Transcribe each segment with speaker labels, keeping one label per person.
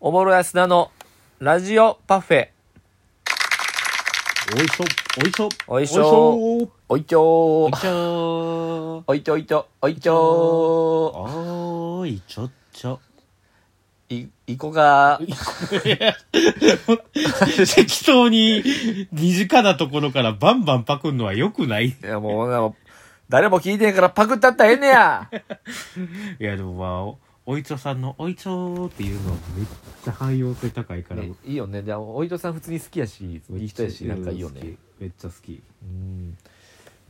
Speaker 1: おぼろやすなのラジオパフェ。
Speaker 2: おいしょ、おいしょ、
Speaker 1: おいしょ
Speaker 2: おいしょ
Speaker 1: おいちょ
Speaker 2: おい
Speaker 1: ー。
Speaker 2: ちょ
Speaker 1: おいちょいちょ、おいちょ
Speaker 2: おーいちょっちょ。
Speaker 1: ー。い、いこが、
Speaker 2: 適当に身近なところからバンバンパクんのは良くない。い
Speaker 1: いやもうな、誰も聞いてへんからパクったったらええねや。
Speaker 2: やでもまあ、おおいちょさんのおいちょーっていうのはめっちゃ汎用性高いから。
Speaker 1: ね いいよね。で、あのおいとさん普通に好きやし、いい人やし、なんかいいよね。。
Speaker 2: めっちゃ好き。
Speaker 1: うん。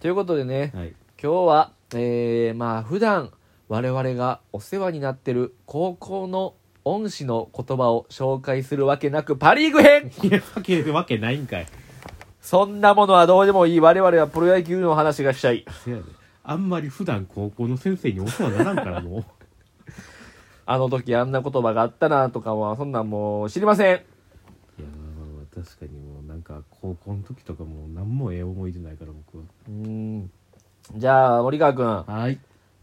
Speaker 1: ということでね、
Speaker 2: はい。
Speaker 1: 今日は、えー、まあ普段我々がお世話になってる高校の恩師の言葉を紹介するわけなくパ・リーグ編
Speaker 2: いや、わけ、わけないんかい。
Speaker 1: そんなものはどうでもいい我々はプロ野球の話がしたい
Speaker 2: せやで。あんまり普段高校の先生にお世話ならんから もう。
Speaker 1: あの時あんな言葉があったなとかはそんなんもう知りません
Speaker 2: いやー確かにもうなんか高校の時とかもう何もええ思い出ないから僕は
Speaker 1: うーんじゃあ森川君
Speaker 2: はい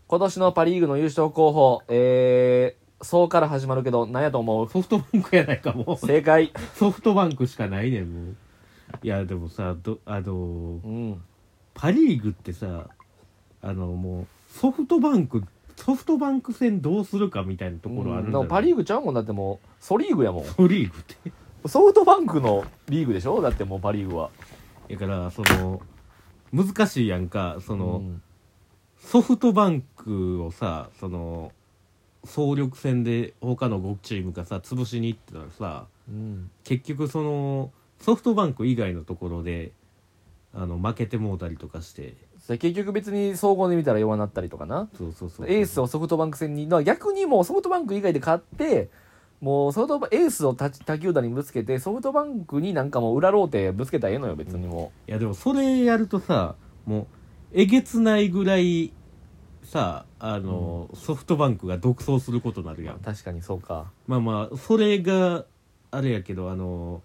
Speaker 1: 今年のパ・リーグの優勝候補えー、そうから始まるけど何やと思う
Speaker 2: ソフトバンクやないかもう
Speaker 1: 正解
Speaker 2: ソフトバンクしかないねんもういやでもさどあのー
Speaker 1: うん
Speaker 2: パ・リーグってさあのもうソフトバンクソフトバンク戦どうするかみたいなところあ
Speaker 1: う
Speaker 2: る
Speaker 1: んん
Speaker 2: だ
Speaker 1: でもパ・リーグちゃうもんだってもうソリーグやもん
Speaker 2: グリーグって
Speaker 1: ソフトバンクのリーグでしょだってもうパ・リーグは。
Speaker 2: だからその難しいやんかその、
Speaker 1: うん
Speaker 2: ソフトバンクをさその総力戦で他の5チームがさ潰しに行ってたらさ
Speaker 1: うん
Speaker 2: 結局そのソフトバンク以外のところであの負けてもうたりとかして
Speaker 1: それ結局別に総合で見たら弱なったりとかな。
Speaker 2: そうそうそう
Speaker 1: エースをソフトバンク戦に、だから逆にもうソフトバンク以外で勝って、もうソフトバエースを他他球団にぶつけて、ソフトバンクになんかもう裏ローテぶつけたらええのよ、別にも
Speaker 2: いやでもそれやるとさもうえげつないぐらいさあの、ソフトバンクが独走することになる
Speaker 1: う。
Speaker 2: やん
Speaker 1: 確かにそうか。
Speaker 2: まあまあそれがあれやけどあの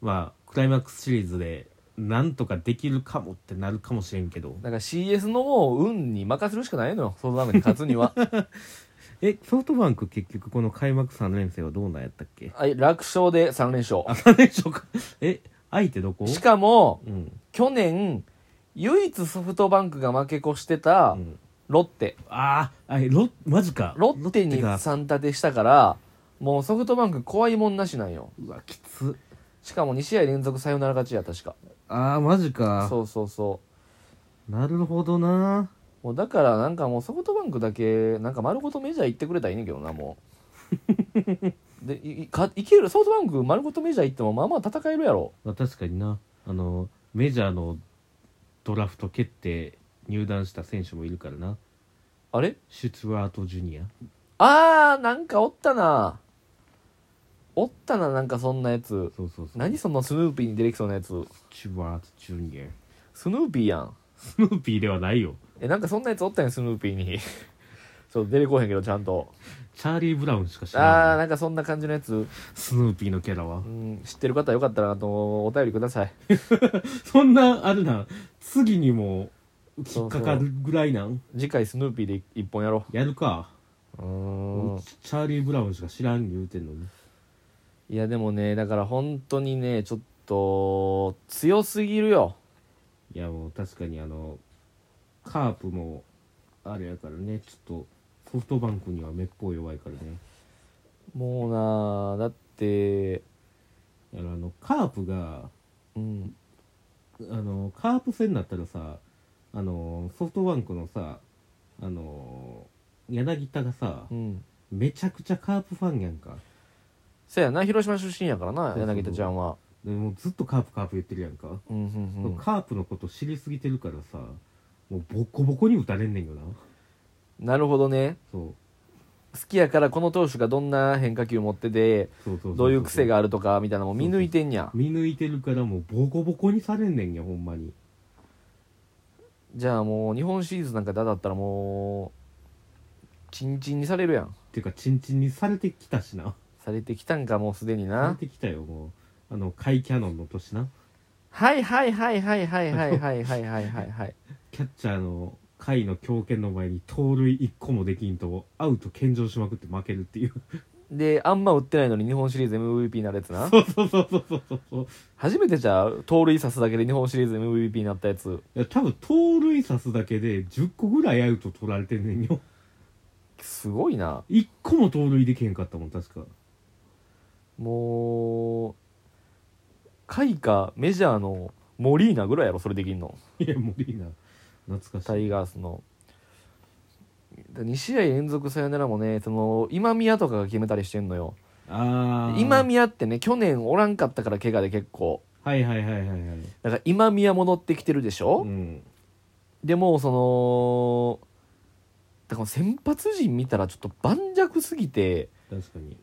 Speaker 2: まあクライマックスシリーズでなんとかできるかもってなるかもしれんけど
Speaker 1: だから CS のもう運に任せるしかないのよ、ソフトバンクに勝つに は。
Speaker 2: えソフトバンク結局この開幕3連戦はどうなんやったっけ
Speaker 1: はい楽勝で3連勝
Speaker 2: あ。3連勝かえ相手どこ
Speaker 1: しかも、
Speaker 2: うん、
Speaker 1: 去年、唯一ソフトバンクが負け越して
Speaker 2: う
Speaker 1: た
Speaker 2: ん、
Speaker 1: ロッテ。
Speaker 2: あああロマジか
Speaker 1: ロッテに
Speaker 2: が
Speaker 1: 3立てしたから、もうソフトバンク怖いもんなしなんよ。
Speaker 2: うわきつ
Speaker 1: しかも2試合連続サヨナラ勝ちや、確か。
Speaker 2: ああマジか
Speaker 1: そうそうそ
Speaker 2: なるほどな
Speaker 1: う。もうだからなんかもうソフトバンクだけ、なんか丸ごとメジャー行ってくれたらいいねんけどな、も う。で、いいかいける、ソフトバンク丸ごとメジャー行ってもまあまあ戦えるやろ。
Speaker 2: まあ確かになあのメジャーのドラフト決定入団した選手もいるからな
Speaker 1: あれ
Speaker 2: シュツワート・ジュニア
Speaker 1: あー、なんかおったな。おったな、なんかそんなやつ。
Speaker 2: そうそうそう
Speaker 1: 何そのスヌーピーに出てきそうなやつ。
Speaker 2: シュワート・ジュニア
Speaker 1: スヌーピーやん。
Speaker 2: スヌーピーではないよ
Speaker 1: え、なんかそんなやつおったやん、スヌーピーに。 そう、出てこへんけど、ちゃんと。
Speaker 2: チャーリー・ブラウンしか知
Speaker 1: あー
Speaker 2: らない
Speaker 1: なんかそんな感じのやつ、
Speaker 2: スヌーピーのキャラは
Speaker 1: うん、知ってる方よかったらあのお便りください
Speaker 2: そんなあるな次にも引っかかるぐらいなん
Speaker 1: 次回スヌーピーで一本やろ
Speaker 2: やるか、
Speaker 1: ううーん
Speaker 2: チャーリー・ブラウンしか知らん言うてんのに
Speaker 1: いやでもねだから本当にねちょっと強すぎるよ
Speaker 2: いやもう確かにあのカープもあれやからねちょっとソフトバンクにはめっぽう弱いからね
Speaker 1: もうなあだって
Speaker 2: あのあのカープが
Speaker 1: うん
Speaker 2: あのカープ戦になったらさあのソフトバンクのさあの柳田がさ
Speaker 1: うん
Speaker 2: めちゃくちゃカープファンやんか
Speaker 1: せやな広島出身やからな
Speaker 2: そうそうそう
Speaker 1: 柳田ちゃんは
Speaker 2: でもうずっとカープカープ言ってるやんか、
Speaker 1: うんうんうん
Speaker 2: カープのこと知りすぎてるからさもうボコボコに打たれんねんよな
Speaker 1: なるほどね
Speaker 2: そう
Speaker 1: 好きやからこの投手がどんな変化球持ってて
Speaker 2: そうそうそそ
Speaker 1: どういう癖があるとかみたいなのも見抜いてんや
Speaker 2: 見抜いてるからもうボコボコにされんねんやほんまに
Speaker 1: じゃあもう日本シリーズなんかだだったらもうチンチンにされるやん
Speaker 2: てかチンチンにされてきたしな
Speaker 1: されてきたんかもうすでに
Speaker 2: さ
Speaker 1: な
Speaker 2: れてきたよもうあの甲斐キャノンの年な
Speaker 1: はいはいはいはいはいはいはいはいはいはいはい
Speaker 2: キャッチャーの甲斐の強肩の前に盗塁1個もできんとアウト献上しまくって負けるっていう
Speaker 1: であんま売ってないのに日本シリーズ MVP になるやつな
Speaker 2: そうそうそうそうそうそうそう
Speaker 1: 初めてじゃあ盗塁刺すだけで日本シリーズ MVP になったやつ
Speaker 2: いや多分盗塁刺すだけで10個ぐらいアウト取られてんねんよ
Speaker 1: すごいな
Speaker 2: 1個も盗塁できへんかったもん確か
Speaker 1: もう開花メジャーのモリーナぐらいやろそれできんの
Speaker 2: いやもういいな懐か
Speaker 1: タ
Speaker 2: しい
Speaker 1: イガースの2試合連続サヨナラもねその今宮とかが決めたりしてんのよ
Speaker 2: ああ
Speaker 1: 今宮ってね去年おらんかったから怪我で結構
Speaker 2: はいはいはいはいはい
Speaker 1: だから今宮戻ってきてるでしょ、
Speaker 2: うん
Speaker 1: でもそのだから先発陣見たらちょっと盤石すぎて
Speaker 2: 確かに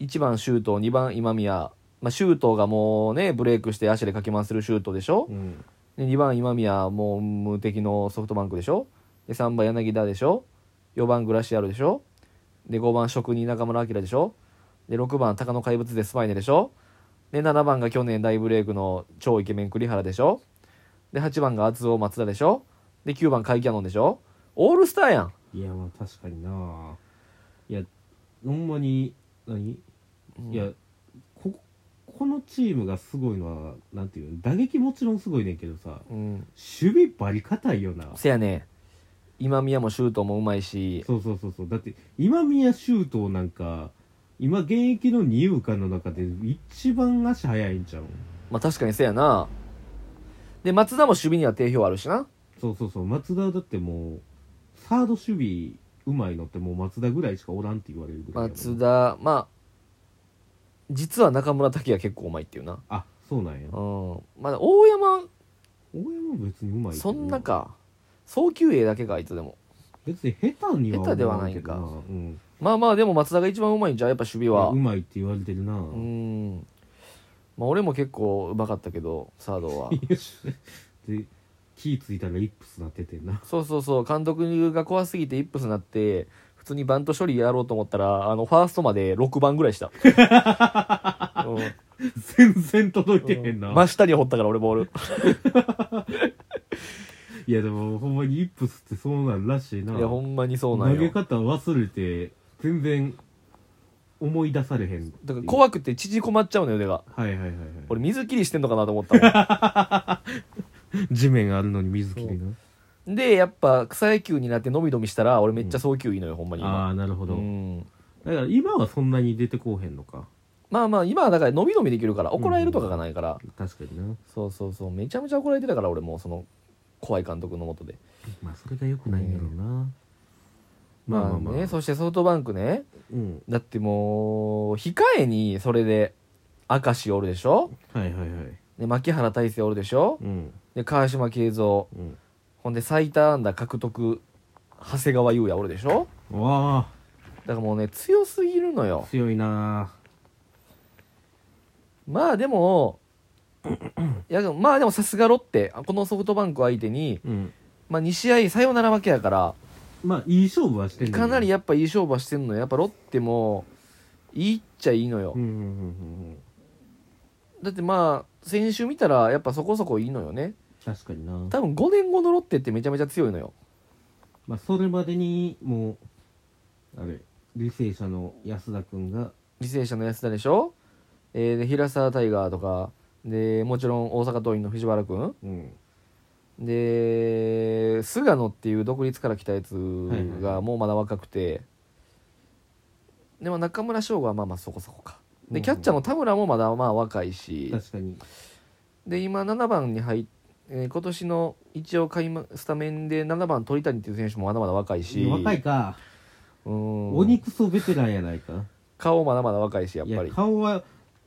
Speaker 1: 1番周東2番今宮、まあ、周東がもうねブレイクして足でかき回する周東でしょ
Speaker 2: うん
Speaker 1: で2番今宮もう無敵のソフトバンクでしょで3番柳田でしょ4番グラシアルでしょで5番職人中村晃でしょで6番鷹の怪物でスパイネでしょで7番が去年大ブレイクの超イケメン栗原でしょで8番が厚尾松田でしょで9番甲斐キャノンでしょオールスターやん
Speaker 2: いやまあ確かにないやほんまに何いやここのチームがすごいのはなんていうの打撃もちろんすごいねんけどさ
Speaker 1: うん
Speaker 2: 守備バリ硬いよな
Speaker 1: せやね今宮もシュートもうまいし
Speaker 2: そうそうそうそうだって今宮周東なんか今現役の二遊間の中で一番足速いんちゃう
Speaker 1: まあ確かにせやなで松田も守備には定評あるしな
Speaker 2: そうそうそう松田だってもうサード守備うまいのってもう松田ぐらいしかおらんって言われるぐらいやもん
Speaker 1: 松田まあ実は中村拓也結構うまいっていうな
Speaker 2: あそうなんや
Speaker 1: うんまあ大山
Speaker 2: 大山別にうまいけど
Speaker 1: そんなか送球鋭だけかあいつでも
Speaker 2: 別に下手には
Speaker 1: 下手ではないんか
Speaker 2: けどうん
Speaker 1: まあまあでも松田が一番うまいんじゃうやっぱ守備は
Speaker 2: うまいって言われてるな、
Speaker 1: うんまあ俺も結構うまかったけどサードは
Speaker 2: よし で気ぃついたらイップスなっててんな
Speaker 1: そうそうそう監督が怖すぎてイップスになって普通にバント処理やろうと思ったらあのファーストまで6番ぐらいした、 うん
Speaker 2: 全然届いてへんな、
Speaker 1: 真下に掘ったから俺ボール
Speaker 2: いやでもほんまにイップスってそうなんらしいない
Speaker 1: やほんまにそうなん
Speaker 2: 投
Speaker 1: よ
Speaker 2: げ方忘れて全然思い出されへん
Speaker 1: だから怖くて縮こまっちゃうのよ腕が
Speaker 2: はいはいはいはい
Speaker 1: 俺水切りしてんのかなと思った
Speaker 2: 地面があるのに水切りな
Speaker 1: もんでやっぱ草野球になってのびのびしたら俺めっちゃ送球いいのよ、ほんまに
Speaker 2: あ
Speaker 1: 今
Speaker 2: あなるほど、
Speaker 1: うん
Speaker 2: だから今はそんなに出てこうへんのか
Speaker 1: まあまあ今はだからのびのびできるから怒られるとかがないから、
Speaker 2: 確かにな
Speaker 1: そうそうそうめちゃめちゃ怒られてたから俺もうその怖い監督のもとで
Speaker 2: まあそれがよくないんやろうな、まあ
Speaker 1: まあ
Speaker 2: まあまあ、
Speaker 1: ねそしてソフトバンクね
Speaker 2: うん
Speaker 1: だってもう控えにそれで明石おるでしょ
Speaker 2: はいはいはい
Speaker 1: で牧原大成おるでしょ
Speaker 2: うん
Speaker 1: で川島慶三
Speaker 2: うん
Speaker 1: ほんで最多安打獲得長谷川優也おるでしょ
Speaker 2: わ
Speaker 1: だからもうね強すぎるの
Speaker 2: あ
Speaker 1: よ
Speaker 2: 強いな
Speaker 1: まあでもいやまあでもさすがロッテこのソフトバンク相手に、
Speaker 2: うん
Speaker 1: まあ、2試合さよなら負けやから
Speaker 2: まあいい勝負はしてんねんけど
Speaker 1: かなりやっぱいい勝負はしてんのよやっぱロッテもいいっちゃいいのよ
Speaker 2: うんうんうんうんうん
Speaker 1: だってまあ先週見たらやっぱそこそこいいのよね
Speaker 2: 確かにな
Speaker 1: 多分5年後のロッテってめちゃめちゃ強いのよ
Speaker 2: まあそれまでにもうあれ履正社の安田君が
Speaker 1: 履正社の安田でしょ、えーで平沢タイガーとかでもちろん大阪桐蔭の藤原君
Speaker 2: うん
Speaker 1: で菅野っていう独立から来たやつ
Speaker 2: いはいは
Speaker 1: がもうまだ若くて、でも中村翔吾はまあまあそこそこか
Speaker 2: うんう
Speaker 1: で
Speaker 2: ん
Speaker 1: キャッチャーの田村もまだまあ若いし
Speaker 2: 確かに
Speaker 1: で今7番に入って、えー今年の一応開幕スタメンで7番鳥谷っていう選手もまだまだ若いし
Speaker 2: 若いか、
Speaker 1: うん
Speaker 2: お肉そベテランやないか
Speaker 1: 顔まだまだ若いしやっぱ
Speaker 2: い
Speaker 1: り
Speaker 2: や顔は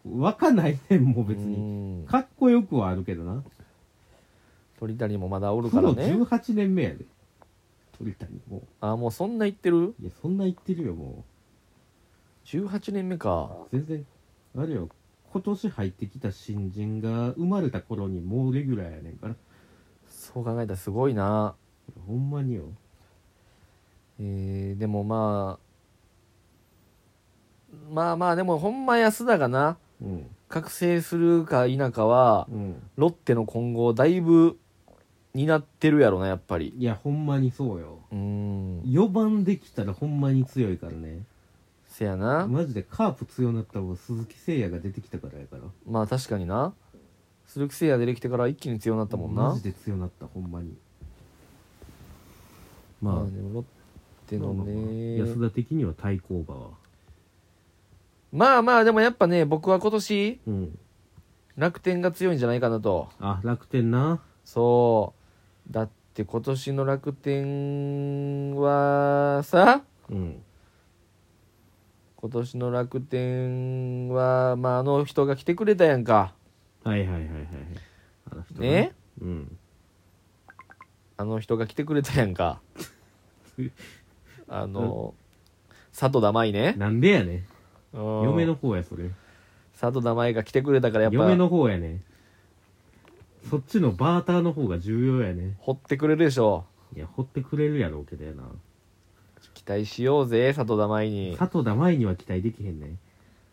Speaker 2: 若ないねんもう別
Speaker 1: う
Speaker 2: に
Speaker 1: ん
Speaker 2: かっこよくはあるけどな
Speaker 1: 鳥谷もまだおる
Speaker 2: プ
Speaker 1: か
Speaker 2: ロ
Speaker 1: らね
Speaker 2: 18年目やで鳥谷も
Speaker 1: あーもうそんな言ってる
Speaker 2: いやそんな言ってるよも
Speaker 1: 18年目か
Speaker 2: う全然あれよ今年入ってきた新人が生まれた頃にもうレギュラーやねんから
Speaker 1: そう考えたらすごいな
Speaker 2: ほんまによ
Speaker 1: えーでもまあまあまあでもほんま安田がな
Speaker 2: うん
Speaker 1: 覚醒するか否かは
Speaker 2: うん
Speaker 1: ロッテの今後だいぶ担ってるやろなやっぱり
Speaker 2: いやほんまにそうよ
Speaker 1: うーん
Speaker 2: 4番できたらほんまに強いからね
Speaker 1: せやな
Speaker 2: マジでカープ強なったのは鈴木誠也が出てきたからやから
Speaker 1: まあ確かにな鈴木誠也出てきてから一気に強くなったもん
Speaker 2: マ
Speaker 1: な
Speaker 2: ジで強なったほんまに
Speaker 1: ま
Speaker 2: ま
Speaker 1: あ
Speaker 2: あ
Speaker 1: でもロッテの
Speaker 2: まあまあ
Speaker 1: ね
Speaker 2: 安田的には対抗馬は
Speaker 1: まあまあでもやっぱね僕は今年
Speaker 2: うん
Speaker 1: 楽天が強いんじゃないかなと
Speaker 2: あ楽天な
Speaker 1: そうだって今年の楽天はさ
Speaker 2: うん
Speaker 1: 今年の楽天は、まあ、あの人が来てくれたやんか
Speaker 2: はいはいはいはいはいあの人が
Speaker 1: ね
Speaker 2: うん
Speaker 1: あの人が来てくれたやん かあの、佐藤玉井ね
Speaker 2: なんでやねん嫁
Speaker 1: 嫁
Speaker 2: の方やそれ
Speaker 1: 佐藤玉井が来てくれたからやっぱ
Speaker 2: 嫁の方やねそっちのバーターの方が重要やね
Speaker 1: 掘ってくれるでしょ
Speaker 2: いや掘ってくれるやろうけどやな
Speaker 1: 期待しようぜ佐藤玉井に
Speaker 2: 佐藤だ前には期待できへんね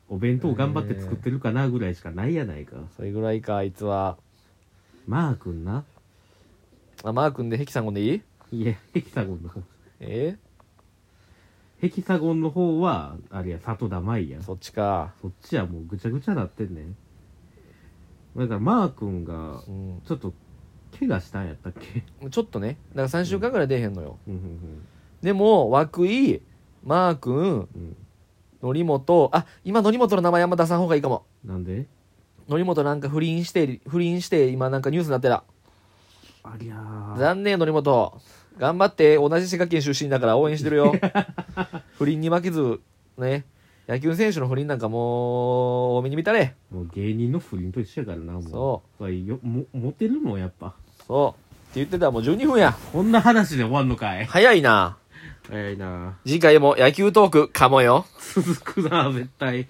Speaker 2: お弁当頑張って作ってるかなぐらいしかないやないか
Speaker 1: それぐらいかあいつは
Speaker 2: マー君な
Speaker 1: あマー君でヘキさんんでいい
Speaker 2: いやヘキサゴンの方
Speaker 1: え
Speaker 2: ヘキサゴンの方はあれや里田舞や
Speaker 1: そっちか
Speaker 2: そっちはもうぐちゃぐちゃなってんねんだからマー君が
Speaker 1: うん
Speaker 2: ちょっと怪我したんやったっけ
Speaker 1: ちょっとねだから3週間ぐらい出えへんのよ、
Speaker 2: うんうん
Speaker 1: でも涌井マー君
Speaker 2: うんうん
Speaker 1: 則本あ今則本の名前あんま出さん方がいいかも
Speaker 2: なんで
Speaker 1: 則本なんか不倫して不倫して今なんかニュースになってた
Speaker 2: ありゃー
Speaker 1: 残念則本頑張って同じ滋賀県出身だから応援してるよ不倫に負けずね野球選手の不倫なんかもう多めに見たれ
Speaker 2: もう芸人の不倫と一緒やからなもう
Speaker 1: そ
Speaker 2: やっぱりよもモテるもんやっぱ
Speaker 1: そうって言ってたらもう12分や
Speaker 2: こんな話で終わんのかい
Speaker 1: 早いな
Speaker 2: 早いな
Speaker 1: 次回も野球トークかもよ
Speaker 2: 続くな絶対